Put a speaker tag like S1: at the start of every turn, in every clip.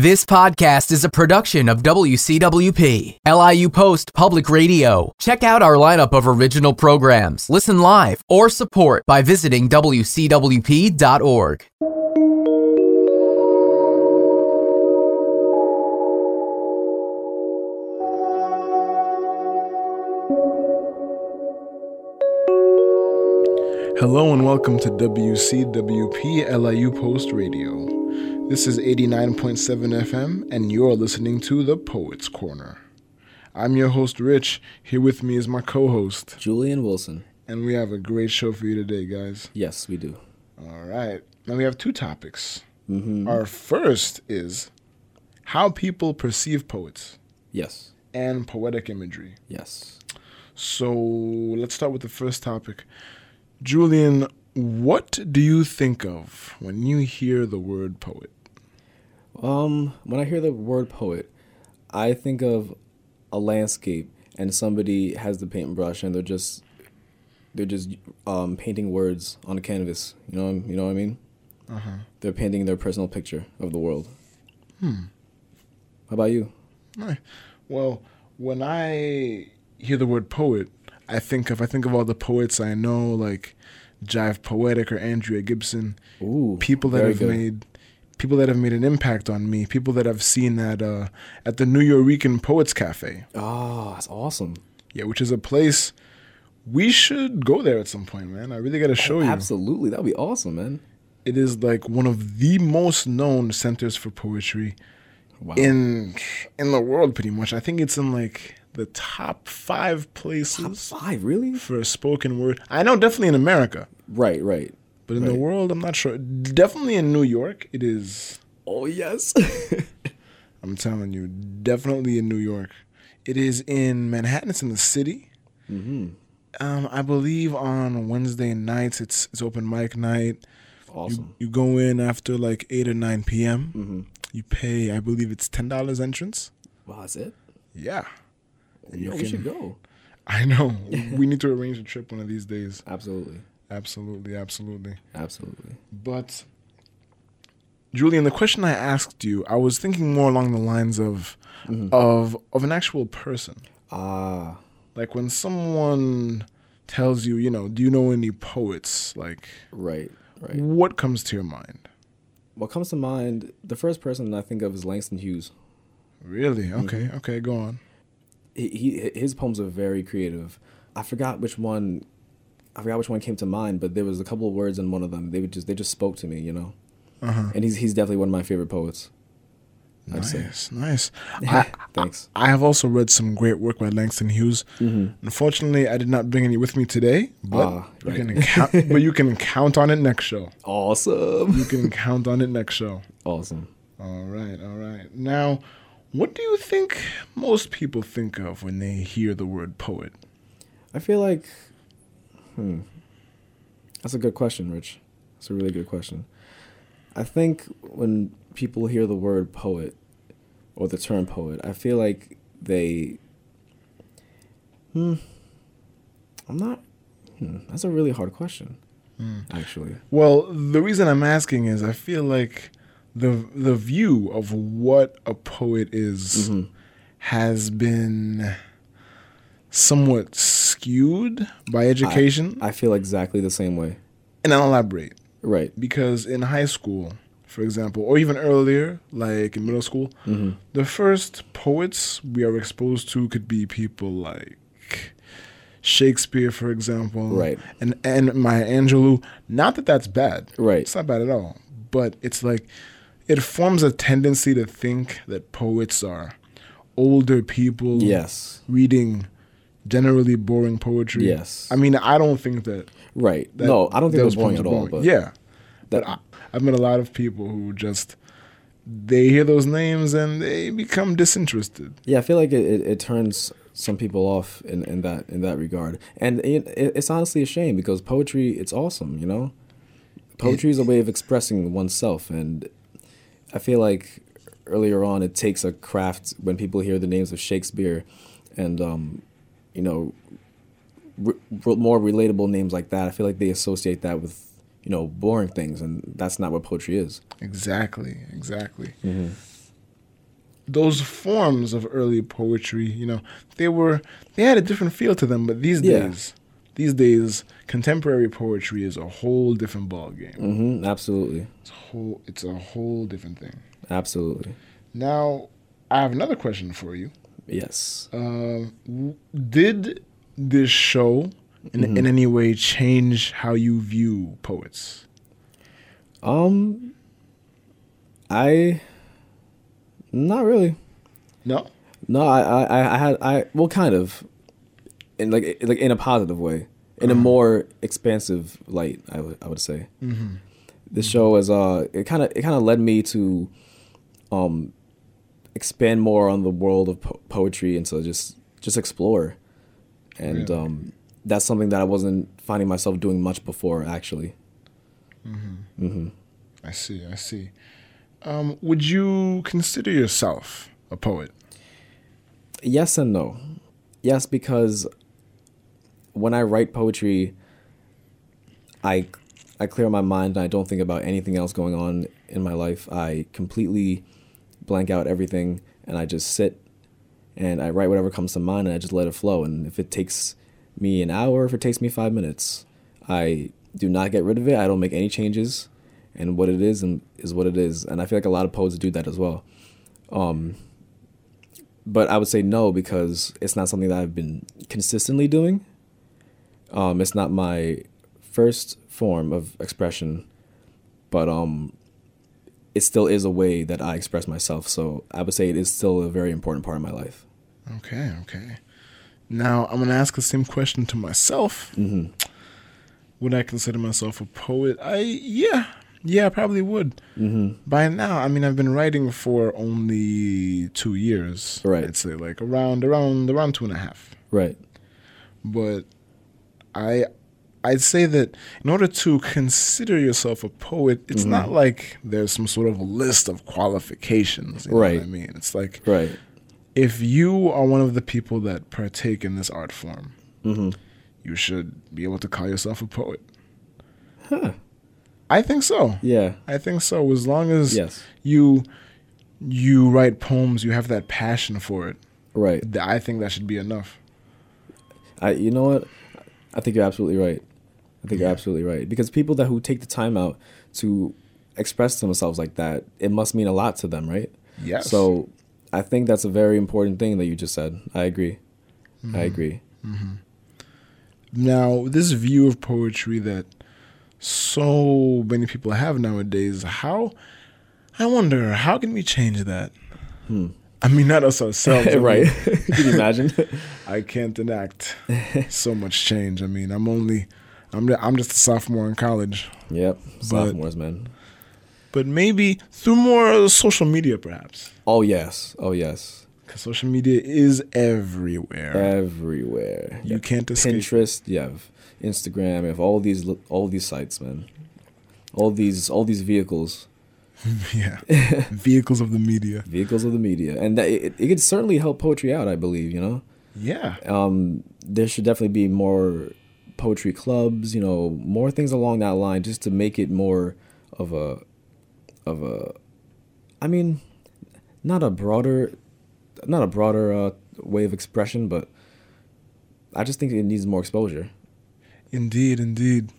S1: This podcast is a production of WCWP, LIU Post Public Radio. Check out our lineup of original programs, listen live, or support by visiting WCWP.org.
S2: Hello and welcome to WCWP LIU Post Radio. This is 89.7 FM, and you're listening to The Poets Corner. I'm your host, Rich. Here with me is my co host,
S3: Julian Wilson.
S2: and we have a great show for you today, guys.
S3: Yes, we do.
S2: All right. Now we have two topics. Our first is how people perceive poets
S3: Yes.
S2: and poetic imagery.
S3: Yes.
S2: So let's start with the first topic. Julian, what do you think of when you hear the word poet?
S3: Um, when I hear the word poet, I think of a landscape and somebody has the paintbrush and they're just they're just um, painting words on a canvas. You know, you know what I mean? They're painting their personal picture of the world. Hmm. How about you?
S2: Well, when I hear the word poet, I think of I think of all the poets I know, like Jive Poetic or Andrea Gibson.
S3: Ooh,
S2: people that
S3: very
S2: have
S3: good.
S2: made people that have made an impact on me. People that I've seen at uh, at the New Yorican Poets Cafe.
S3: Oh, that's awesome.
S2: Yeah, which is a place we should go there at some point, man. I really got to show you.
S3: Absolutely, that'd be awesome, man.
S2: It is like one of the most known centers for poetry
S3: Wow.
S2: in in the world, pretty much. I think it's in like the top five
S3: Top
S2: places.
S3: five, really?
S2: for a spoken word. I know definitely in America,
S3: Right, right.
S2: but in the world, I'm not sure. Definitely in New York, it is.
S3: Oh yes.
S2: I'm telling you, definitely in New York. It is in Manhattan. It's in the city.
S3: Mm-hmm.
S2: Um, I believe on Wednesday nights it's it's open mic night.
S3: awesome. Mm-hmm.
S2: You go in after like eight or nine p.m. You pay, I believe it's ten dollars entrance.
S3: Wow, that's it.
S2: Yeah, And
S3: Yo, we should go.
S2: I know. we need to arrange a trip one of these days.
S3: Absolutely,
S2: Absolutely, absolutely.
S3: absolutely.
S2: But Julian, the question I asked you, I was thinking more along the lines of
S3: Mm-hmm.
S2: of of an actual person.
S3: Ah,
S2: Like when someone tells you, you know, do you know any poets? Like
S3: right, right.
S2: what comes to your mind?
S3: What comes to mind? The first person I think of is Langston Hughes.
S2: Really?
S3: Mm-hmm.
S2: Okay, okay, go on.
S3: He, he his poems are very creative. I forgot which one. I forgot which one came to mind, but there was a couple of words in one of them. They would just they just spoke to me, you know. And he's he's definitely one of my favorite poets. I'd say.
S2: Nice, nice. I,
S3: Thanks.
S2: I have also read some great work by Langston Hughes. Unfortunately, I did not bring any with me today, but
S3: Mm-hmm. Ah,
S2: you
S3: right.
S2: can count, but you can count on it next show.
S3: Awesome.
S2: You can count on it next show.
S3: awesome.
S2: All right, all right. Now, what do you think most people think of when they hear the word poet?
S3: I feel like, hmm, that's a good question, Rich. That's a really good question. I think when people hear the word poet or the term poet, I feel like they, hmm, I'm not. Hmm, that's a really hard question,
S2: Hmm.
S3: actually.
S2: Well, the reason I'm asking is I feel like the the view of what a poet is
S3: Mm-hmm.
S2: has been somewhat skewed by education,
S3: I feel exactly the same way.
S2: and I'll elaborate.
S3: Right.
S2: because in high school, for example, or even earlier, like in middle school,
S3: Mm-hmm.
S2: the first poets we are exposed to could be people like Shakespeare, for example,
S3: Right.
S2: and and Maya Angelou. Not that that's bad,
S3: Right.
S2: It's not bad at all, but it's like it forms a tendency to think that poets are older people,
S3: Yes.
S2: reading generally boring poetry.
S3: Yes.
S2: I mean, I don't think that
S3: Right.
S2: that-
S3: no, I don't think it was
S2: those
S3: boring
S2: poems
S3: at
S2: are
S3: all. But
S2: yeah,
S3: that-
S2: but I, I've met a lot of people who just they hear those names and they become disinterested.
S3: Yeah, I feel like it, it, it turns some people off in, in that in that regard, and it, it- it's honestly a shame because poetry it's awesome, you know. Poetry is a way of expressing oneself, and I feel like earlier on it takes a craft when people hear the names of Shakespeare, and um, you know, re- re- more relatable names like that. I feel like they associate that with you know boring things, and that's not what poetry is. Mm-hmm.
S2: Exactly, exactly. those forms of early poetry, you know, they were they had a different feel to them, but these
S3: Yeah.
S2: days, these days, contemporary poetry is a whole different ballgame.
S3: Mm-hmm. Absolutely.
S2: It's a whole, it's a whole different thing.
S3: Absolutely.
S2: Now, I have another question for you.
S3: Yes.
S2: Um, w- did this show in, in any way change how you view poets?
S3: Um, I. Not really.
S2: No.
S3: No, I, I, I- I had, I well, kind of, in like, like in a positive way, in a more expansive light, I would, I would say. Mm-hmm. The show is, uh, it kind of, it kind of led me to, um, expand more on the world of po- poetry and to just, just explore, and
S2: Really?
S3: um, that's something that I wasn't finding myself doing much before, actually.
S2: I see. I see. Um, would you consider yourself a poet?
S3: Yes and no. Yes, because when I write poetry, I I clear my mind and I don't think about anything else going on in my life. I completely blank out everything and I just sit and I write whatever comes to mind and I just let it flow. And if it takes me an hour, if it takes me five minutes, I do not get rid of it. I don't make any changes. And what it is and is what it is. And I feel like a lot of poets do that as well but I would say no because it's not something that I've been consistently doing. Um, it's not my first form of expression, but um, it still is a way that I express myself. So I would say it is still a very important part of my life.
S2: Okay, okay. Now I'm gonna ask the same question to myself. Would I consider myself a poet? I yeah, yeah, I probably would. Mm-hmm. By now, I mean I've been writing for only two years.
S3: Right.
S2: I'd say like around around around two and a half.
S3: Right.
S2: But I I'd say that in order to consider yourself a poet, it's
S3: Mm-hmm.
S2: not like there's some sort of list of qualifications. You know what
S3: Right.
S2: I mean, it's like
S3: Right.
S2: if you are one of the people that partake in this art form,
S3: Mm-hmm.
S2: you should be able to call yourself a poet. I think so.
S3: Yeah.
S2: I think so. As long as
S3: Yes.
S2: you you write poems, you have that passion for it.
S3: Right.
S2: th- I think that should be enough.
S3: I you know what? I think you're absolutely right. I think you're absolutely right because people that who take the time out to express themselves like that, it must mean a lot to them, right?
S2: Yes.
S3: So I think that's a very important thing that you just said. I agree.
S2: Mm-hmm.
S3: I agree.
S2: Now, this view of poetry that so many people have nowadays, how I wonder how can we change that? I mean, not us ourselves, I mean,
S3: right. Can you imagine?
S2: I can't enact so much change. I mean, I'm only, I'm, I'm just a sophomore in college.
S3: yep. Sophomores, man.
S2: But maybe through more social media, perhaps,
S3: Oh yes. Oh yes.
S2: because social media is everywhere.
S3: Uh, Everywhere.
S2: you can't escape.
S3: Pinterest, you have Instagram, you have all these li- all these sites, man. All these all these vehicles.
S2: Yeah, vehicles of the media.
S3: vehicles of the media, and that it, it could certainly help poetry out. I believe you know
S2: Yeah,
S3: um, there should definitely be more poetry clubs, you know, more things along that line, just to make it more of a of a. I mean, not a broader, not a broader uh, way of expression, but I just think it needs more exposure.
S2: indeed, indeed.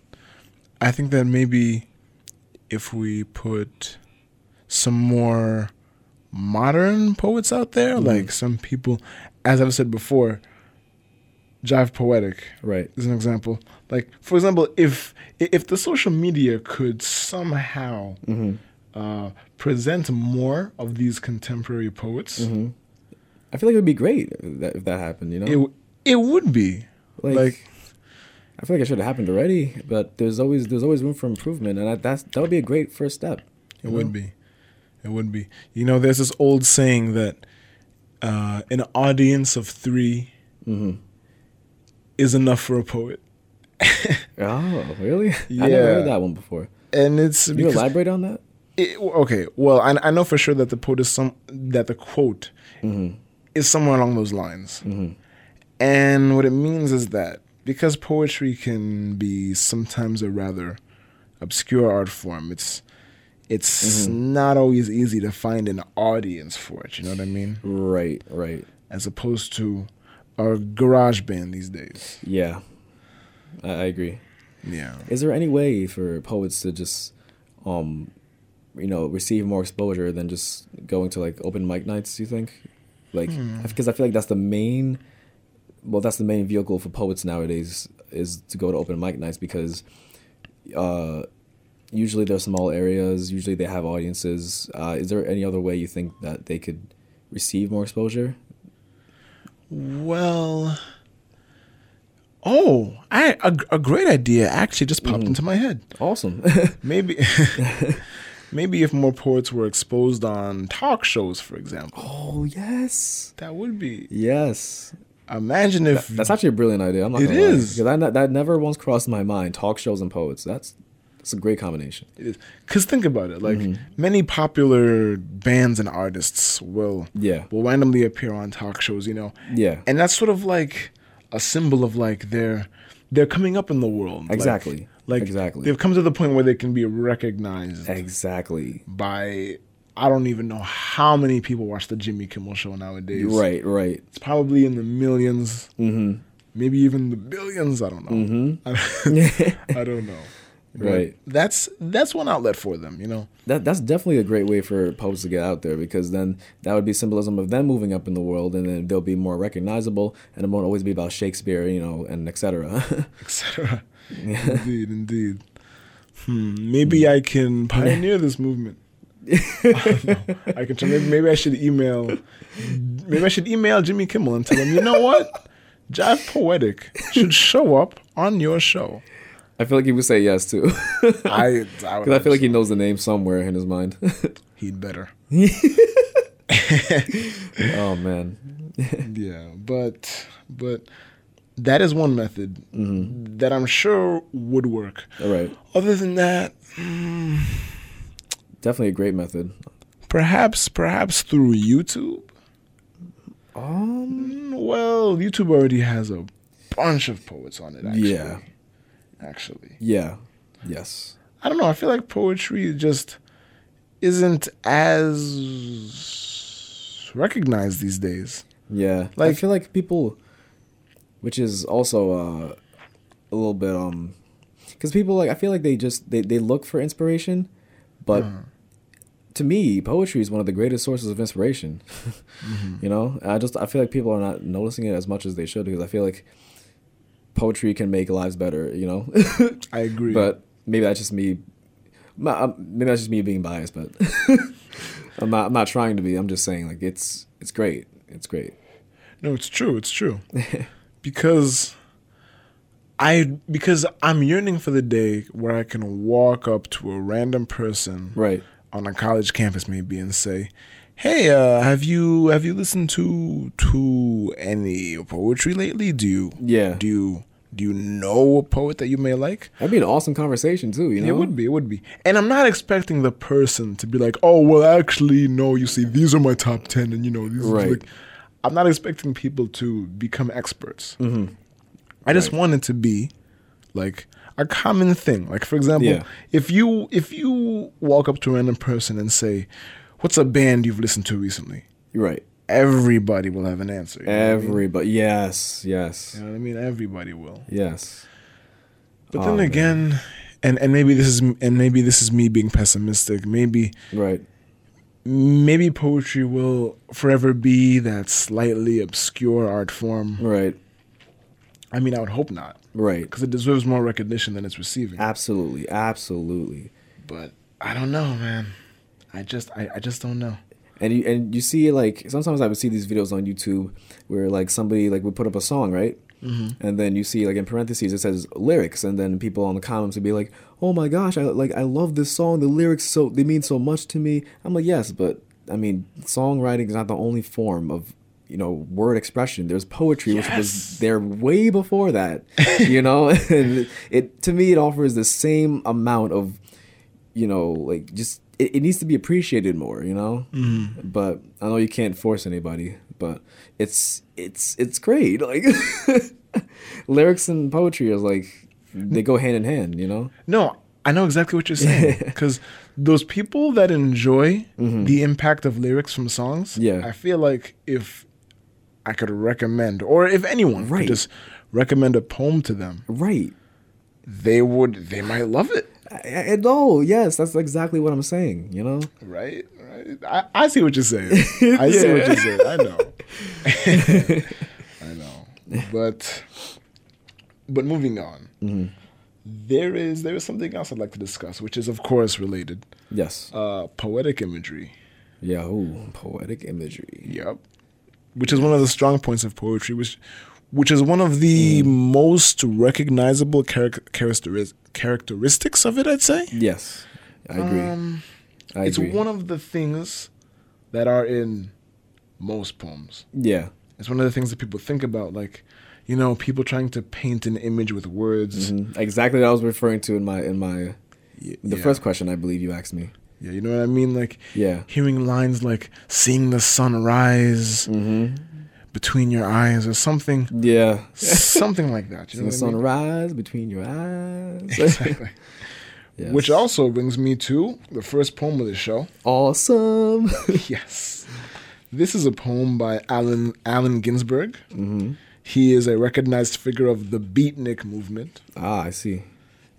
S2: I think that maybe if we put some more modern poets out there, like some people, as I've said before, Jive Poetic.
S3: Right.
S2: as an example. Like for example, if if the social media could somehow uh, present more of these contemporary poets,
S3: I feel like it would be great if that, if that happened. You know,
S2: it w- it would be
S3: like,
S2: like,
S3: I feel like it should have happened already, but there's always there's always room for improvement, and I, that's that would be a great first step.
S2: it would be, it would be. You know, there's this old saying that uh, an audience of 3 Mm-hmm. is enough for a poet,
S3: Oh, really? I never
S2: Yeah.
S3: heard that one before.
S2: and it's
S3: Can you
S2: because-
S3: elaborate on that?
S2: It, okay, well, I, I know for sure that the quote is some that the quote is somewhere along those lines, and what it means is that because poetry can be sometimes a rather obscure art form, it's it's not always easy to find an audience for it. You know what I mean?
S3: Right, right.
S2: As opposed to a garage band these days.
S3: Yeah, I, I agree.
S2: Yeah.
S3: Is there any way for poets to just, um, you know, receive more exposure than just going to like open mic nights? Do you think, like, because I feel like that's the main, well, that's the main vehicle for poets nowadays is to go to open mic nights because, uh, usually they're small areas. Usually they have audiences. Uh, is there any other way you think that they could receive more exposure?
S2: Well. Oh, I a, a great idea actually just popped into my head.
S3: Awesome.
S2: Maybe, maybe if more poets were exposed on talk shows, for example,
S3: oh yes.
S2: that would be.
S3: Yes,
S2: Imagine if
S3: That's actually a brilliant idea. I'm not
S2: It
S3: gonna lie.
S2: is.
S3: 'Cause I ne- that never once crossed my mind. Talk shows and poets. That's that's a great combination.
S2: Because think about it, like
S3: Mm-hmm.
S2: many popular bands and artists will
S3: Yeah.
S2: will randomly appear on talk shows, you know.
S3: Yeah.
S2: And that's sort of like a symbol of like their they're coming up in the world. like-
S3: Exactly.
S2: Like,
S3: Exactly.
S2: They've come to the point where they can be recognized
S3: Exactly.
S2: by I don't even know how many people watch the Jimmy Kimmel show nowadays.
S3: Right, right.
S2: It's probably in the 1000000s Mm-hmm. Maybe even the billions. I don't know.
S3: Mm-hmm.
S2: I don't know. But
S3: Right.
S2: That's that's one outlet for them, you know.
S3: That that's definitely a great way for poets to get out there because then that would be symbolism of them moving up in the world and then they'll be more recognizable and it won't always be about Shakespeare, you know, and etc.
S2: etc. Indeed, indeed. Hmm, maybe I can pioneer this movement. I, don't know. I can try. Maybe, maybe I should email. Maybe I should email Jimmy Kimmel and tell him, you know what, Jive Poetic should show up on your show.
S3: I feel like he would say yes too. Because
S2: I, I, would
S3: I feel like he knows the name somewhere in his mind.
S2: he'd better.
S3: oh man.
S2: Yeah, but but that is one method
S3: Mm-hmm.
S2: that I'm sure would work.
S3: All right.
S2: Other than that,
S3: Definitely a great method.
S2: perhaps perhaps through YouTube. Mm,
S3: Um
S2: Well, YouTube already has a bunch of poets on it. Actually.
S3: Yeah.
S2: Actually,
S3: Yeah. Yes.
S2: I don't know. I feel like poetry just isn't as recognized these days.
S3: Yeah. Like I
S2: Like-
S3: feel like people which is also uh a little bit um cuz people like I feel like they just they they look for inspiration, but
S2: Hmm.
S3: to me, poetry is one of the greatest sources of inspiration.
S2: Mm-hmm.
S3: You know? I just I feel like people are not noticing it as much as they should because I feel like poetry can make lives better, you know?
S2: I agree.
S3: but maybe that's just me my, um, maybe that's just me being biased but I'm, not, I'm not trying to be i'm just saying like it's it's great it's great
S2: no, it's true. It's true. because I because I'm yearning for the day where I can walk up to a random person
S3: right
S2: on a college campus maybe and say, "Hey, uh, have you have you listened to to any poetry lately? Do you
S3: Yeah.
S2: do you do you know a poet that you may like?"
S3: that'd be an awesome conversation too you know
S2: It would be, it would be, and I'm not expecting the person to be like, "Oh, well, actually, no. You see, these are my top ten, and you know, these
S3: Right.
S2: are like." I'm not expecting people to become experts.
S3: Mm-hmm.
S2: I just want it to be like a common thing. Like for example,
S3: Yeah.
S2: if you if you walk up to a random person and say, "What's a band you've listened to recently?"
S3: You're right
S2: Everybody will have an answer. You know what I mean?
S3: everybody yes yes
S2: You know what I mean? Everybody will.
S3: yes
S2: But
S3: Oh,
S2: then
S3: man.
S2: again, and and maybe this is and maybe this is me being pessimistic. Maybe
S3: right
S2: maybe poetry will forever be that slightly obscure art form.
S3: right
S2: I mean, I would hope not,
S3: right
S2: because it deserves more recognition than it's receiving.
S3: Ah. absolutely absolutely
S2: But I don't know, man. I just I, I just don't know.
S3: and you and you see like sometimes I would see these videos on YouTube where like somebody like would put up a song right, and then you see like in parentheses it says lyrics, and then people on the comments would be like, "Oh my gosh, I like I love this song. The lyrics so they mean so much to me." I'm like, yes, but I mean songwriting is not the only form of you know word expression. There's poetry, which was there way before that, you know. and it to me it offers the same amount of you know, like just it, it needs to be appreciated more, you know. Mm-hmm. But I know you can't force anybody, but it's it's it's great. Like lyrics and poetry is like they go hand in hand, you know.
S2: No, I know exactly what you're saying because those people that enjoy the impact of lyrics from songs,
S3: Mm-hmm. Yeah.
S2: I feel like if I could recommend, or if anyone
S3: Right.
S2: could just recommend a poem to them,
S3: Right.
S2: they would, they might love it.
S3: I, I, no, yes, that's exactly what I'm saying, you know?
S2: Right? right? I, I see what you're saying. I see what you're saying. I know. I know. But but moving on.
S3: Mm-hmm.
S2: There is there is something else I'd like to discuss, which is of course related.
S3: Yes.
S2: Uh, poetic imagery.
S3: yeah, ooh, poetic imagery.
S2: Yep. Which is one of the strong points of poetry, which which is one of the
S3: Mm-hmm.
S2: most recognizable charac characteris- characteristics of it, I'd say.
S3: Yes. I agree. I
S2: Um, It's
S3: agree.
S2: one of the things that are in most poems.
S3: yeah.
S2: It's one of the things that people think about, like, you know, people trying to paint an image with words.
S3: Mhm. Exactly what I was referring to in my in my
S2: Y-
S3: the
S2: yeah.
S3: first question I believe you asked me.
S2: yeah, you know what I mean? Like,
S3: Yeah.
S2: hearing lines like "seeing the sun rise
S3: Mm-hmm.
S2: between your eyes" or something,
S3: Yeah.
S2: something like that. You
S3: Seeing
S2: know
S3: the
S2: what I
S3: sun
S2: mean?
S3: rise between your eyes.
S2: Exactly.
S3: Yes.
S2: Which also brings me to the first poem of the show.
S3: awesome.
S2: yes, this is a poem by Alan Allen Ginsberg.
S3: Mm-hmm.
S2: He is a recognized figure of the Beatnik movement.
S3: ah, I see.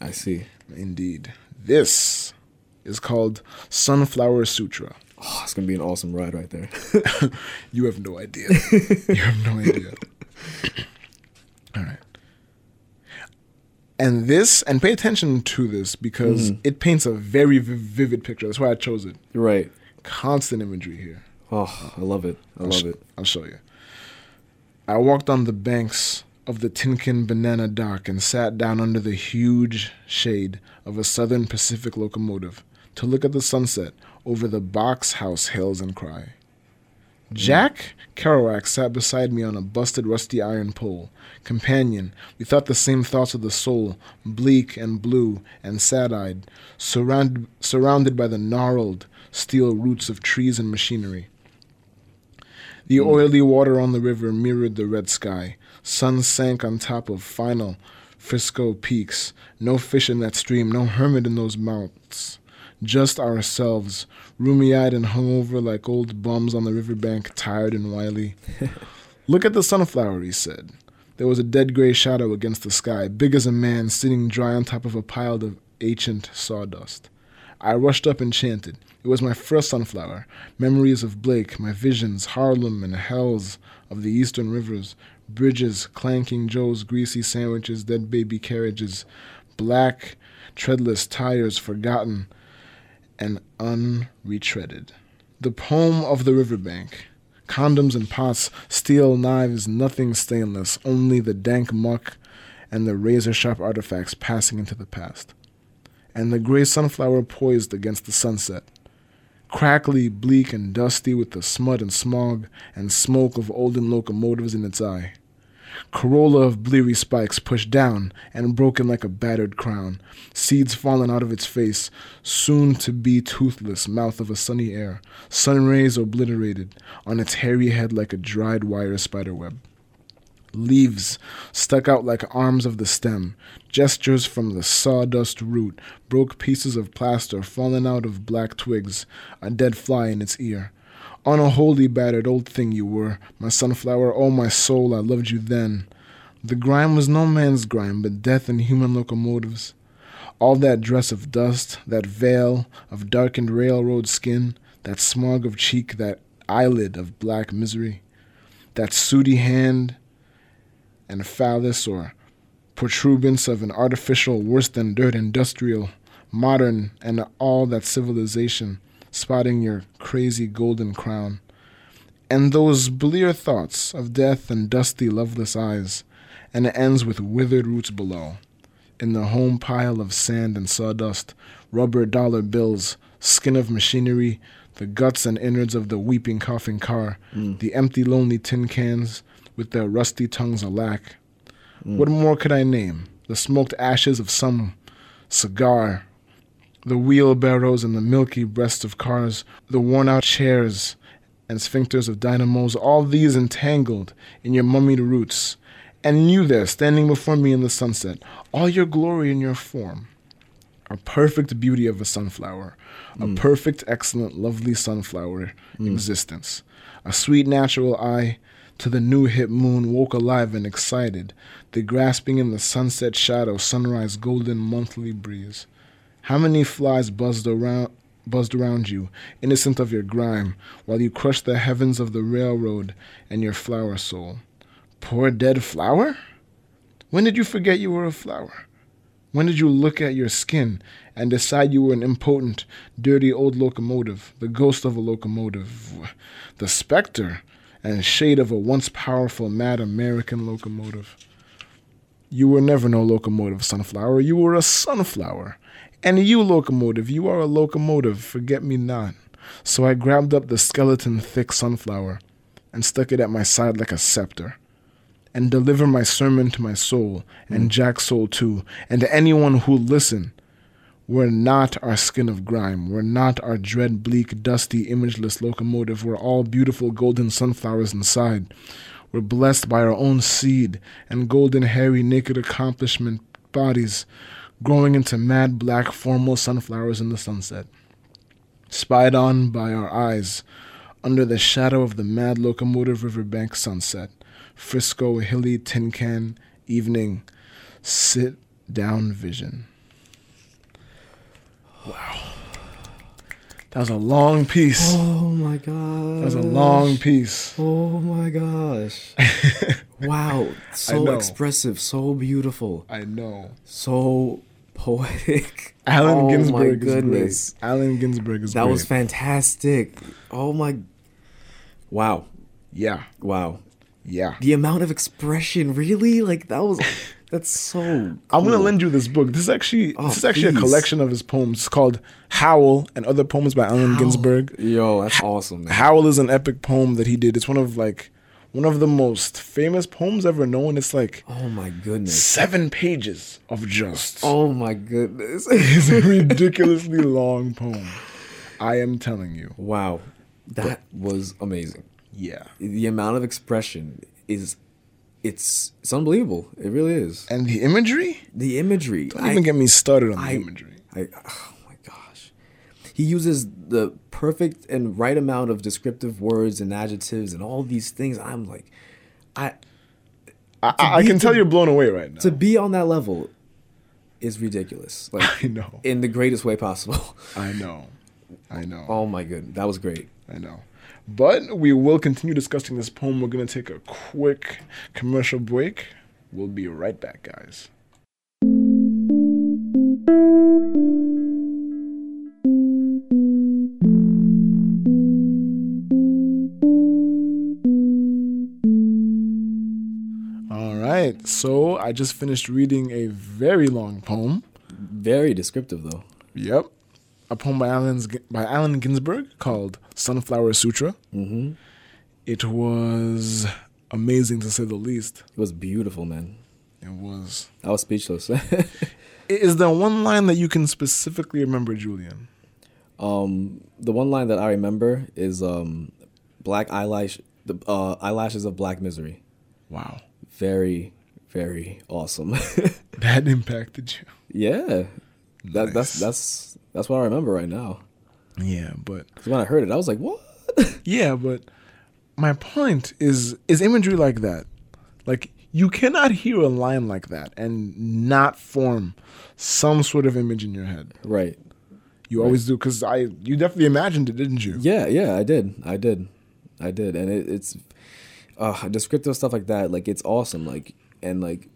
S3: I see.
S2: Indeed. This is called Sunflower Sutra.
S3: Oh, it's gonna be an awesome ride right there.
S2: You have no idea. you have no idea. All right. And this, and pay attention to this because it paints a very vi- vivid picture. That's why I chose it.
S3: You're right.
S2: Constant imagery here.
S3: Oh, I love it. I
S2: I'll
S3: love
S2: sh-
S3: it.
S2: I'll show you. I walked on the banks of the Tinkin Banana Dock and sat down under the huge shade of a Southern Pacific locomotive to look at the sunset over the box house hills and cry. Hmm. Jack Kerouac sat beside me on a busted rusty iron pole. Companion, we thought the same thoughts of the soul, bleak and blue and sad eyed, surround- surrounded by the gnarled steel roots of trees and machinery. The oily water on the river mirrored the red sky. Sun sank on top of final Frisco peaks. No fish in that stream, no hermit in those mounts. Just ourselves, roomy eyed and hungover like old bums on the riverbank, tired and wily. Look at the sunflower, he said. There was a dead gray shadow against the sky, big as a man sitting dry on top of a pile of ancient sawdust. I rushed up enchanted. It was my first sunflower. Memories of Blake, my visions, Harlem and hells of the eastern rivers, bridges, clanking Joe's greasy sandwiches, dead baby carriages, black, treadless tires forgotten and unretreaded. The poem of the riverbank. Condoms and pots, steel knives, nothing stainless, only the dank muck and the razor sharp artifacts passing into the past. And the gray sunflower poised against the sunset. Crackly, bleak, and dusty with the smut and smog and smoke of olden locomotives in its eye. Corolla of bleary spikes pushed down and broken like a battered crown, seeds fallen out of its face, soon to be toothless mouth of a sunny air, sun rays obliterated on its hairy head like a dried wire spiderweb. Leaves stuck out like arms of the stem, gestures from the sawdust root, broke pieces of plaster fallen out of black twigs, a dead fly in its ear. Unholy battered old thing you were, my sunflower, oh my soul, I loved you then. The grime was no man's grime, but death and human locomotives. All that dress of dust, that veil of darkened railroad skin, that smog of cheek, that eyelid of black misery, that sooty hand and phallus or protuberance of an artificial, worse than dirt industrial, modern, and all that civilization, spotting your crazy golden crown. And those blear thoughts of death and dusty, loveless eyes, and it ends with withered roots below, in the home pile of sand and sawdust, rubber dollar bills, skin of machinery, the guts and innards of the weeping, coughing car, the empty, lonely tin cans with their rusty tongues alack, what more could I name? The smoked ashes of some cigar, the wheelbarrows and the milky breasts of cars, the worn out chairs and sphincters of dynamos, all these entangled in your mummied roots. And you there, standing before me in the sunset, all your glory in your form. a perfect beauty of a sunflower, a perfect, excellent, lovely sunflower existence. A sweet, natural eye to the new hit moon woke alive and excited, the grasping in the sunset shadow, sunrise, golden monthly breeze. How many flies buzzed around? Buzzed around you, innocent of your grime, while you crushed the heavens of the railroad and your flower soul. Poor dead flower? When did you forget you were a flower? When did you look at your skin and decide you were an impotent, dirty old locomotive, the ghost of a locomotive, the specter and shade of a once powerful, mad American locomotive? You were never no locomotive, sunflower. You were a sunflower. And you, locomotive, you are a locomotive, forget me not. So I grabbed up the skeleton thick sunflower and stuck it at my side like a scepter and deliver my sermon to my soul and Jack's soul too, and to anyone who'll listen. We're not our skin of grime. We're not our dread, bleak, dusty, imageless locomotive. We're all beautiful golden sunflowers inside. We're blessed by our own seed and golden, hairy, naked accomplishment bodies growing into mad, black, formal sunflowers in the sunset spied on by our eyes under the shadow of the mad locomotive riverbank sunset. Frisco, hilly, tin can, evening, sit down vision. Wow. That was a long piece. That
S3: Oh my god.
S2: was a long piece.
S3: Oh my gosh. wow. So
S2: know.
S3: expressive, so beautiful,
S2: I know.
S3: so poetic.
S2: Alan
S3: oh my
S2: Ginsberg
S3: goodness.
S2: is great. Alan Ginsberg is
S3: That
S2: great.
S3: was fantastic. Oh my Wow.
S2: yeah,
S3: Wow.
S2: yeah.
S3: The amount of expression, really? Like that was that's so
S2: I'm gonna lend you this book. This is actually
S3: Oh,
S2: this is actually
S3: please.
S2: a collection of his poems. It's called Howl and Other Poems by Allen Ginsberg.
S3: Yo, that's awesome, man.
S2: Howl is an epic poem that he did. It's one of like one of the most famous poems ever known. It's like
S3: Oh my goodness.
S2: seven pages of just
S3: Oh my goodness.
S2: it's a ridiculously long poem. I am telling you.
S3: wow. That was amazing.
S2: Yeah.
S3: The amount of expression is it's it's unbelievable. It really is.
S2: And the imagery?
S3: The imagery.
S2: Don't even
S3: I-
S2: get me started on
S3: I-
S2: the imagery.
S3: I, oh my gosh. He uses the perfect and right amount of descriptive words and adjectives and all these things. I'm like, I
S2: I, I, I can tell you're blown away right now.
S3: to be on that level is ridiculous. Like
S2: I know.
S3: in the greatest way possible.
S2: I know. I know.
S3: oh my goodness, that was great.
S2: I know. But we will continue discussing this poem. We're going to take a quick commercial break. We'll be right back, guys. All right, so I just finished reading a very long poem.
S3: Very descriptive though.
S2: Yep. A poem by, Alan's, by Allen Ginsberg called Sunflower Sutra. Mm-hmm. It was amazing to say the least.
S3: It was beautiful, man.
S2: It was.
S3: I was speechless.
S2: It is the one line that you can specifically remember, Julian.
S3: um, the one line that I remember is um, black eyelash, the uh, eyelashes of black misery.
S2: Wow.
S3: Very, very awesome.
S2: That impacted you.
S3: Yeah, that,
S2: Nice.
S3: that's that's that's what I remember right now.
S2: Yeah, but
S3: 'Cause when I heard it, I was like, "What?"
S2: yeah, but my point is is imagery like that. Like you cannot hear a line like that and not form some sort of image in your head.
S3: right?
S2: You always do cuz I you definitely imagined it, didn't you?
S3: Yeah, yeah, I did, I did, I did, and it, it's uh, descriptive stuff like that. Like it's awesome. Like and like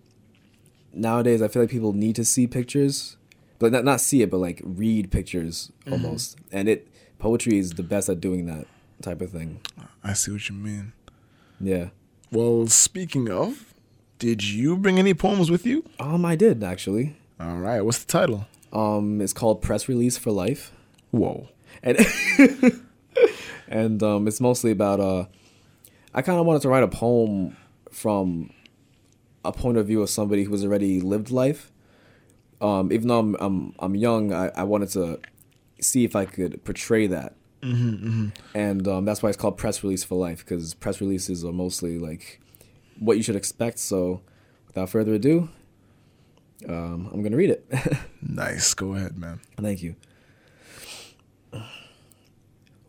S3: nowadays, I feel like people need to see pictures, but not not see it, but like read pictures almost. And it poetry is the best at doing that type of thing.
S2: I see what you mean.
S3: Yeah.
S2: Well, speaking of, did you bring any poems with you?
S3: Um, I did actually.
S2: All right. What's the title?
S3: Um, it's called Press Release for Life.
S2: Whoa.
S3: and and um, it's mostly about uh, I kind of wanted to write a poem from a point of view of somebody who has already lived life. Um, even though I'm I'm, I'm young, I, I wanted to see if I could portray that, mm-hmm, and um, that's why it's called press release for life because press releases are mostly like what you should expect. So, without further ado, Um, I'm gonna read it.
S2: Nice. Go ahead, man.
S3: Thank you.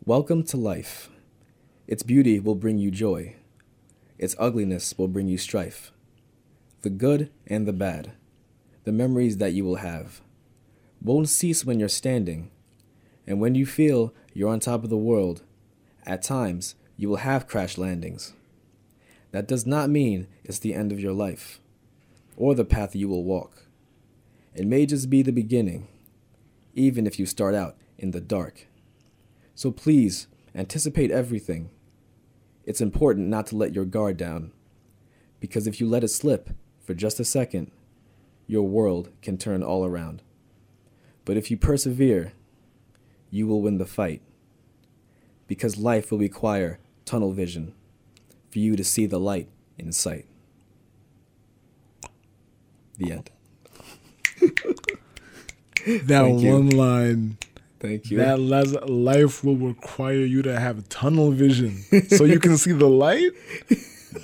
S3: Welcome to life. Its beauty will bring you joy. Its ugliness will bring you strife. The good and the bad, the memories that you will have, won't cease when you're standing. And when you feel you're on top of the world, at times you will have crash landings. That does not mean it's the end of your life or the path you will walk. It may just be the beginning, even if you start out in the dark. So please anticipate everything. It's important not to let your guard down, because if you let it slip for just a second, your world can turn all around. But if you persevere, you will win the fight, because life will require tunnel vision for you to see the light in sight. The end.
S2: That
S3: Thank you.
S2: one line.
S3: Thank you.
S2: That last life will require you to have tunnel vision so you can see the light.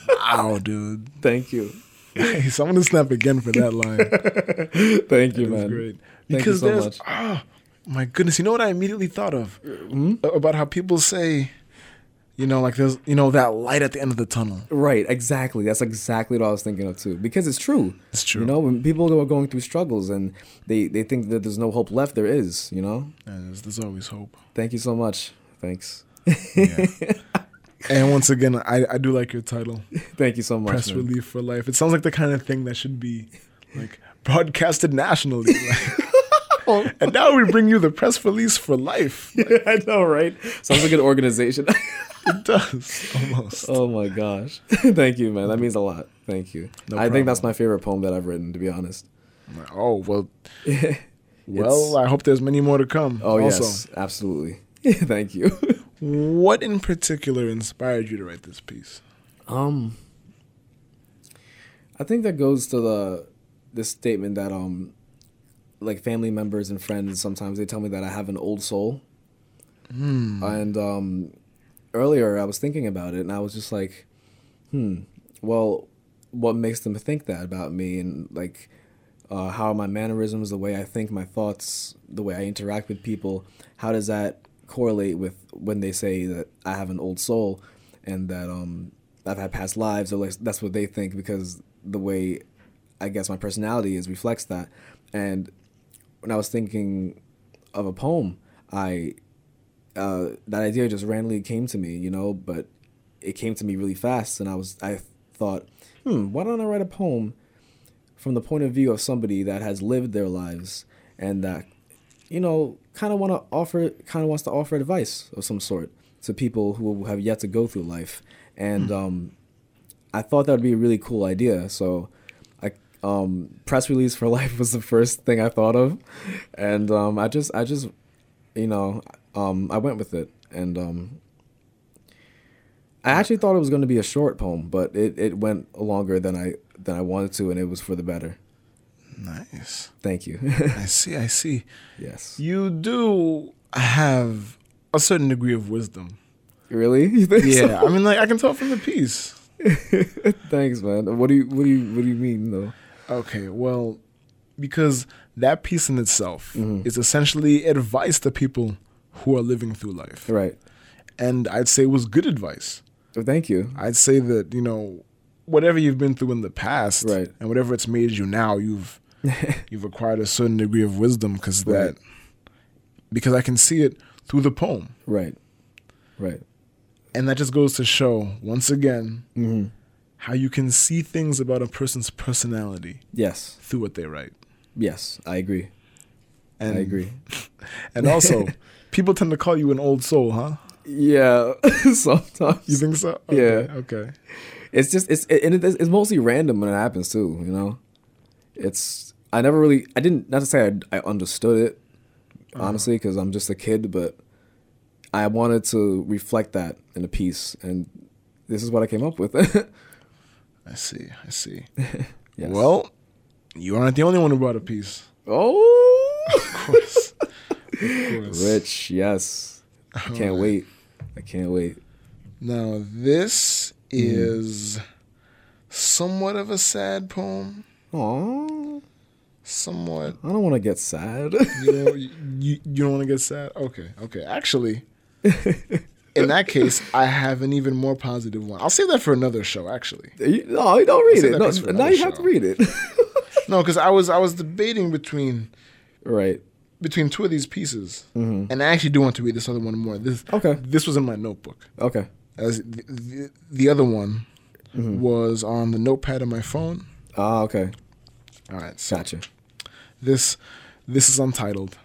S2: Wow, dude.
S3: Thank you.
S2: Nice. I'm gonna snap again for that line.
S3: Thank you,
S2: That's
S3: man.
S2: great.
S3: Thank
S2: Because
S3: you so
S2: there's,
S3: much.
S2: ah, my goodness, you know what I immediately thought of
S3: Hmm?
S2: A- about how people say, you know, like there's, you know, that light at the end of the tunnel.
S3: Right, exactly. That's exactly what I was thinking of too. Because it's true.
S2: It's true.
S3: You know, when people are going through struggles and they, they think that there's no hope left, there is, you know?
S2: And there's, there's always hope.
S3: Thank you so much. Thanks.
S2: Yeah. and once again, I, I do like your title,
S3: Thank you so much.
S2: Press
S3: man.
S2: Relief for Life. It sounds like the kind of thing that should be like broadcasted nationally. like. and now we bring you the press release for life.
S3: I know, right? Sounds like an organization.
S2: It does almost.
S3: oh my gosh. Thank you, man. That means a lot. Thank you. I
S2: problem.
S3: think that's my favorite poem that I've written, to be honest.
S2: Oh well. Well, uh, I hope there's many more to come.
S3: Oh,
S2: also.
S3: yes. Absolutely. Thank you.
S2: What in particular inspired you to write this piece?
S3: Um, I think that goes to the this statement that um, like family members and friends sometimes they tell me that I have an old soul, and um, earlier I was thinking about it and I was just like, hmm, well, what makes them think that about me and like. Uh, how are my mannerisms, the way I think, my thoughts, the way I interact with people, how does that correlate with when they say that I have an old soul and that um, I've had past lives, or like that's what they think because the way I guess my personality is reflects that. And when I was thinking of a poem, I uh, that idea just randomly came to me, you know, but it came to me really fast, and I was I thought, hmm, why don't I write a poem from the point of view of somebody that has lived their lives and that you know kind of want to offer kind of wants to offer advice of some sort to people who have yet to go through life and um, i thought that would be a really cool idea so i um, press release for life was the first thing i thought of and um, i just i just you know um, i went with it and um, I actually thought it was going to be a short poem, but it, it went longer than I than I wanted to, and it was for the better.
S2: Nice.
S3: Thank you.
S2: I see, I see.
S3: yes.
S2: You do have a certain degree of wisdom.
S3: Really? You think so?
S2: Yeah, I mean, like, I can tell from the piece.
S3: Thanks, man. What do you what do you what do you mean though?
S2: Okay, well, because that piece in itself is essentially advice to people who are living through life.
S3: Right.
S2: And I'd say it was good advice.
S3: Well, thank you.
S2: I'd say that, you know, whatever you've been through in the past
S3: Right.
S2: and whatever it's made you now, you've you've acquired a certain degree of wisdom because
S3: Right.
S2: that because I can see it through the poem.
S3: Right. Right.
S2: And that just goes to show once again how you can see things about a person's personality
S3: Yes.
S2: through what they write.
S3: Yes. I agree.
S2: And
S3: I agree.
S2: And also, people tend to call you an old soul, huh?
S3: Yeah. Sometimes
S2: You think so? Okay,
S3: Yeah.
S2: Okay.
S3: it's just it's it, and it, it's mostly random when it happens too. You know, it's I never really I didn't not to say I, I understood it
S2: Uh-huh.
S3: honestly because I'm just a kid, but I wanted to reflect that in a piece, and this is what I came up with.
S2: I see. I see.
S3: Yes.
S2: Well, you aren't the only one who brought a piece.
S3: oh,
S2: Of course. of course.
S3: Rich, yes, I can't wait. I can't wait.
S2: Now, this is somewhat of a sad poem,
S3: Aww.
S2: somewhat.
S3: I don't want to get sad.
S2: You know, you, you don't want to get sad. Okay, okay. Actually, in that case, I have an even more positive one. I'll save that for another show. Actually,
S3: You- no, you don't read
S2: save
S3: it.
S2: that
S3: No,
S2: piece for
S3: now
S2: another
S3: you have to
S2: show.
S3: read it.
S2: no, because I was I was debating between
S3: right.
S2: between two of these pieces, and I actually do want to read this other one more. This
S3: Okay.
S2: This was in my notebook.
S3: Okay.
S2: As the, the, the other one was on the notepad of my phone.
S3: Ah, okay.
S2: All right, so
S3: Gotcha.
S2: this this is untitled.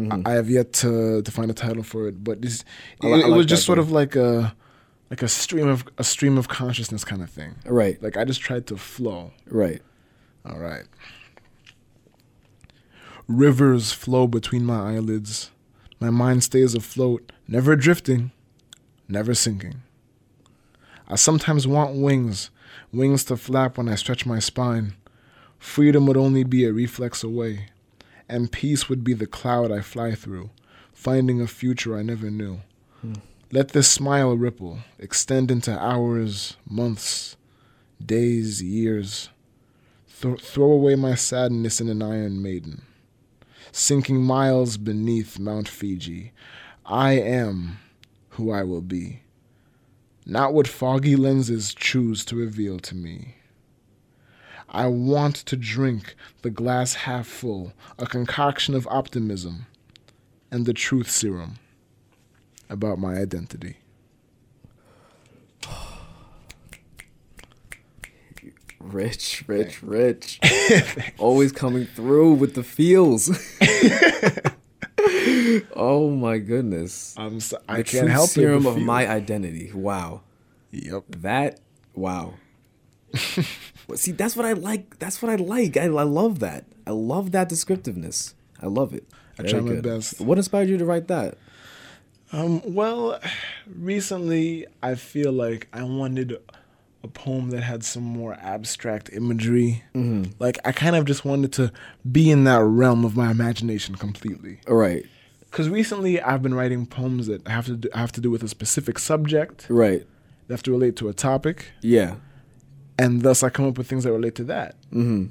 S2: I, I have yet to to find a title for it, but this
S3: Mm-hmm. I
S2: it,
S3: li- I
S2: it
S3: like
S2: was just
S3: that
S2: sort of like a like a stream of a stream of consciousness kind of thing.
S3: Right.
S2: Like I just tried to flow.
S3: Right.
S2: All right. Rivers flow between my eyelids. My mind stays afloat, never drifting, never sinking. I sometimes want wings, wings to flap when I stretch my spine. Freedom would only be a reflex away, and peace would be the cloud I fly through, finding a future I never knew. Let this smile ripple, extend into hours, months, days, years. Th- throw away my sadness in an Iron Maiden. Sinking miles beneath Mount Fiji, I am who I will be. Not what foggy lenses choose to reveal to me. I want to drink the glass half full, a concoction of optimism and the truth serum about my identity.
S3: Rich, rich, rich. Always coming through with the feels. oh my goodness.
S2: I'm so, I
S3: The
S2: can't
S3: truth
S2: help
S3: serum
S2: it.
S3: of my identity. Wow.
S2: yep.
S3: That wow. Well, See, that's what I like. That's what I like. I, I love that. I love that descriptiveness. I love it.
S2: I try my best.
S3: What inspired you to write that?
S2: Um, well, recently I feel like I wanted a poem that had some more abstract imagery. Like I kind of just wanted to be in that realm of my imagination completely.
S3: All right,
S2: Because recently I've been writing poems that have to do, have to do with a specific subject,
S3: right,
S2: that have to relate to a topic,
S3: yeah,
S2: and thus I come up with things that relate to that. Mm-hmm.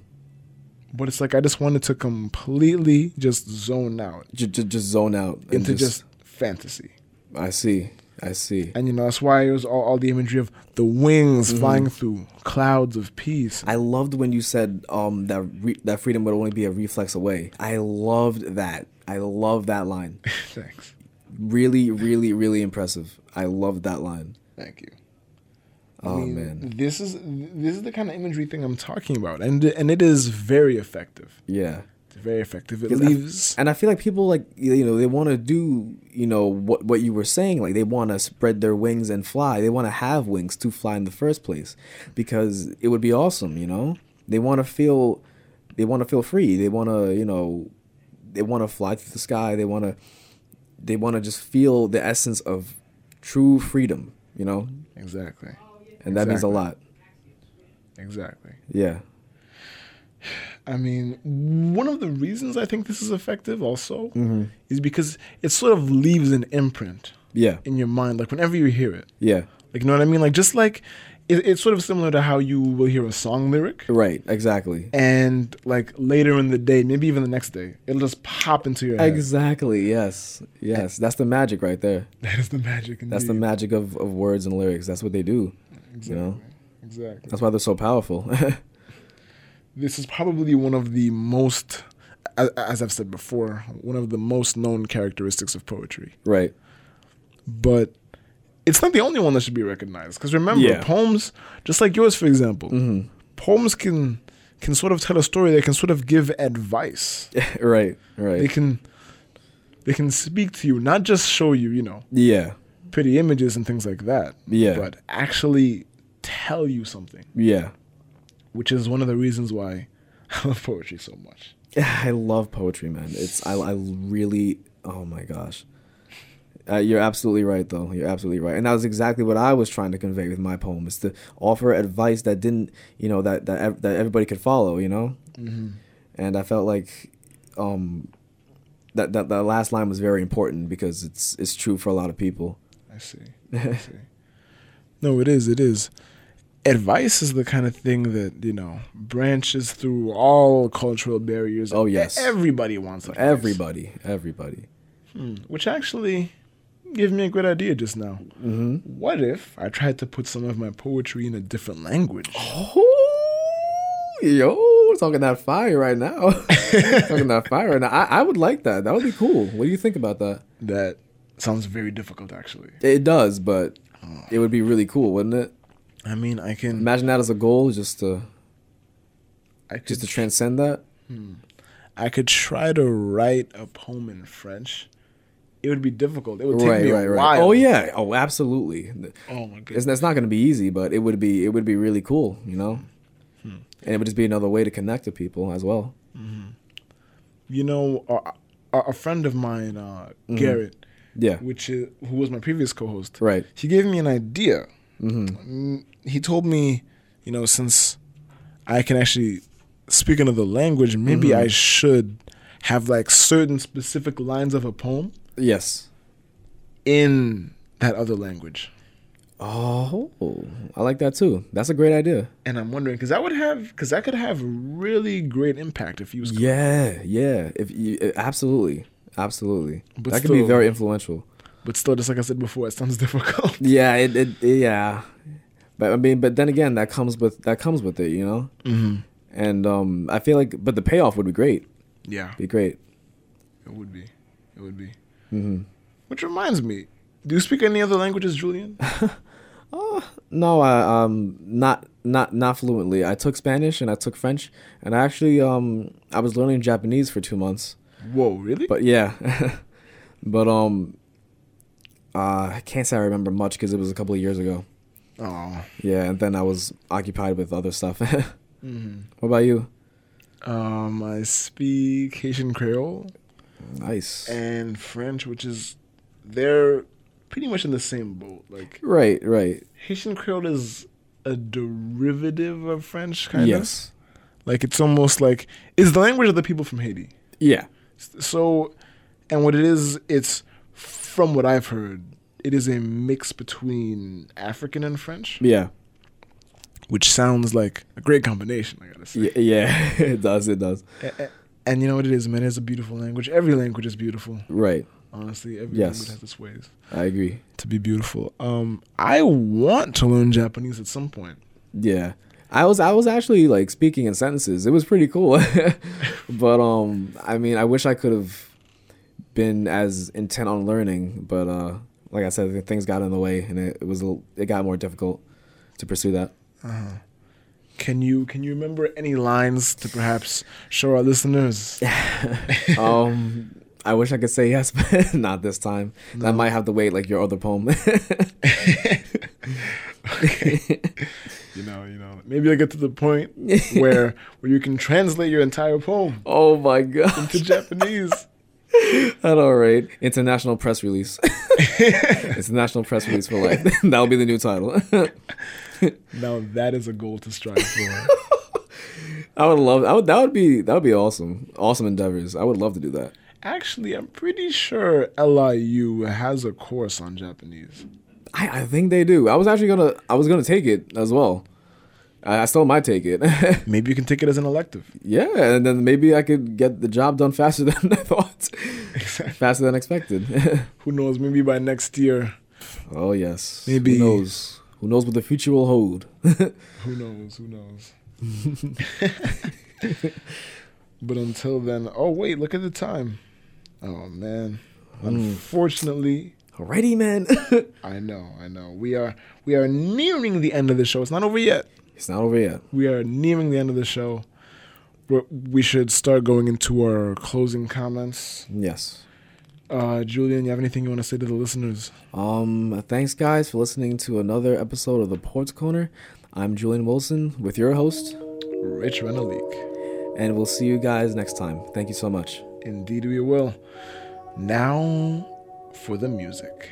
S2: But it's like I just wanted to completely just zone out
S3: J- j- just zone out and
S2: into just fantasy.
S3: I see, I see.
S2: And you know, that's why it was all, all the imagery of the wings flying through clouds of peace.
S3: I loved when you said um that re- that freedom would only be a reflex away. I loved that. I love that line.
S2: Thanks.
S3: Really, really, really impressive. I love that line.
S2: Thank you.
S3: Oh
S2: I mean,
S3: man,
S2: This is this is the kind of imagery thing I'm talking about. And and it is very effective.
S3: yeah.
S2: It's very effective. It
S3: Because I-
S2: leaves
S3: and I feel like people like you know they want to do you know what what you were saying like they want to spread their wings and fly they want to have wings to fly in the first place because it would be awesome you know they want to feel they want to feel free they want to you know they want to fly through the sky they want to they want to just feel the essence of true freedom you know
S2: Exactly.
S3: and that means a
S2: Exactly.
S3: lot
S2: Exactly.
S3: yeah
S2: I mean, one of the reasons I think this is effective also is because it sort of leaves an imprint
S3: yeah
S2: in your mind, like whenever you hear it.
S3: yeah
S2: Like you know what I mean? Like just like it, it's sort of similar to how you will hear a song lyric.
S3: right exactly
S2: and like later in the day, maybe even the next day, it'll just pop into your head.
S3: exactly yes yes that's the magic right there
S2: That is the magic. Indeed.
S3: That's the magic of, of words and lyrics. That's what they do. You know,
S2: exactly.
S3: that's why they're so powerful.
S2: This is probably one of the most, as, as I've said before, one of the most known characteristics of poetry.
S3: right.
S2: But it's not the only one that should be recognized. Because remember,
S3: Yeah. Mm-hmm.
S2: poems, just like yours, for example, poems can can sort of tell a story. They can sort of give advice.
S3: right.
S2: They
S3: Right.
S2: can they can speak to you, not just show you. You know.
S3: Yeah.
S2: pretty images and things like that.
S3: Yeah.
S2: But actually tell you something,
S3: Yeah.
S2: which is one of the reasons why I love poetry so much.
S3: I love poetry, man. It's I, I really oh my gosh. Uh, you're absolutely right, though. You're absolutely right, and that was exactly what I was trying to convey with my poem: is to offer advice that didn't, you know, that that ev- that everybody could follow, you know.
S2: Mm-hmm.
S3: And I felt like um, that that that last line was very important because it's it's true for a lot of people.
S2: I see. I see. No, it is. It is. advice is the kind of thing that you know branches through all cultural barriers.
S3: Oh, yes.
S2: everybody wants advice,
S3: Everybody, everybody.
S2: which actually gave me a great idea just now.
S3: Mm-hmm.
S2: What if I tried to put some of my poetry in a different language?
S3: Oh, yo, talking that fire right now. talking that fire right now. I, I would like that. That would be cool. What do you think about that?
S2: That sounds very difficult, actually.
S3: It does, but it would be really cool, wouldn't it?
S2: I mean, I can.
S3: Imagine that as a goal, just to
S2: I could,
S3: just to transcend that.
S2: I could try to write a poem in French. It would be difficult. It would take me a while.
S3: Oh yeah. Oh, absolutely.
S2: Oh my goodness.
S3: It's, it's not going to be easy, but it would be it would be really cool, you know. And it would just be another way to connect to people as well.
S2: you know, a, a- a friend of mine, uh, Garrett,
S3: Mm-hmm. Yeah.
S2: which is, who was my previous co-host,
S3: Right. Mm-hmm.
S2: He gave me an idea. Mm, He told me, you know, since I can actually speak another language, maybe
S3: Mm-hmm.
S2: I should have like certain specific lines of a poem
S3: Yes.
S2: in that other language.
S3: Oh, I like that too. That's a great idea.
S2: And I'm wondering because that would have because that could have really great impact if he was.
S3: Yeah, yeah. If you, eh, absolutely, absolutely,
S2: But
S3: that could be
S2: still-
S3: very influential.
S2: But still, just like I said before, it sounds difficult.
S3: Yeah, it, it, yeah. But I mean, but then again, that comes with that comes with it, you know. Mm-hmm. And um, I feel like, but the payoff would be great.
S2: yeah,
S3: Be great.
S2: It would be. It would be. Mm-hmm. Which reminds me, do you speak any other languages, Julian?
S3: No, I um not not not fluently. I took Spanish and I took French, and I actually um I was learning Japanese for two months.
S2: Whoa, really?
S3: But yeah, but um, uh, I can't say I remember much because it was a couple of years ago.
S2: oh,
S3: Yeah, and then I was occupied with other stuff. What about you?
S2: um, I speak Haitian Creole
S3: Nice.
S2: and French, which is they're pretty much in the same boat. Like
S3: Right, right.
S2: Haitian Creole is a derivative of French, kind of.
S3: yes.
S2: Like it's almost like it's the language of the people from Haiti.
S3: Yeah.
S2: So, and what it is, it's from what I've heard, it is a mix between African and French.
S3: Yeah.
S2: which sounds like a great combination. I gotta say.
S3: Yeah. yeah. it does. It does.
S2: A- a- And you know what it is, man? It's a beautiful language. Every language is beautiful.
S3: Right.
S2: Honestly, every
S3: Yes.
S2: language has its ways
S3: I agree.
S2: to be beautiful. Um, I want to learn Japanese at some point.
S3: Yeah. I was I was actually like speaking in sentences. It was pretty cool. but um I mean I wish I could have been as intent on learning, but uh like I said things got in the way and it, it was a little- it got more difficult to pursue that.
S2: Can you can you remember any lines to perhaps show our listeners?
S3: um I wish I could say yes, but not this time. I might have to wait like your other poem.
S2: You know, you know. Maybe I get to the point where where you can translate your entire poem
S3: oh my god.
S2: to Japanese.
S3: At all right. International press release. International press release for life. That'll be the new title.
S2: Now that is a goal to strive for.
S3: I would love I would, that would be that would be awesome. Awesome endeavors. I would love to do that.
S2: Actually, I'm pretty sure LIU has a course on Japanese.
S3: I, I think they do. I was actually gonna I was gonna take it as well. I, I still might take it.
S2: Maybe you can take it as an elective.
S3: yeah, and then maybe I could get the job done faster than I thought. Faster than expected.
S2: Who knows? Maybe by next year.
S3: oh yes.
S2: Maybe-
S3: Who knows? Who knows what the future will hold?
S2: Who knows? Who knows? but until then, oh wait, look at the time. Oh man. Unfortunately,
S3: Alrighty, man.
S2: I know, I know. We are we are nearing the end of the show. It's not over yet.
S3: it's not over yet.
S2: We are nearing the end of the show. We're, we should start going into our closing comments.
S3: Yes.
S2: Uh, Julian, you have anything you want to say to the listeners?
S3: Um, thanks guys for listening to another episode of the Ports Corner. I'm Julian Wilson with your host,
S2: Rich Renalik.
S3: and we'll see you guys next time. Thank you so much.
S2: Indeed, we will. Now for the music.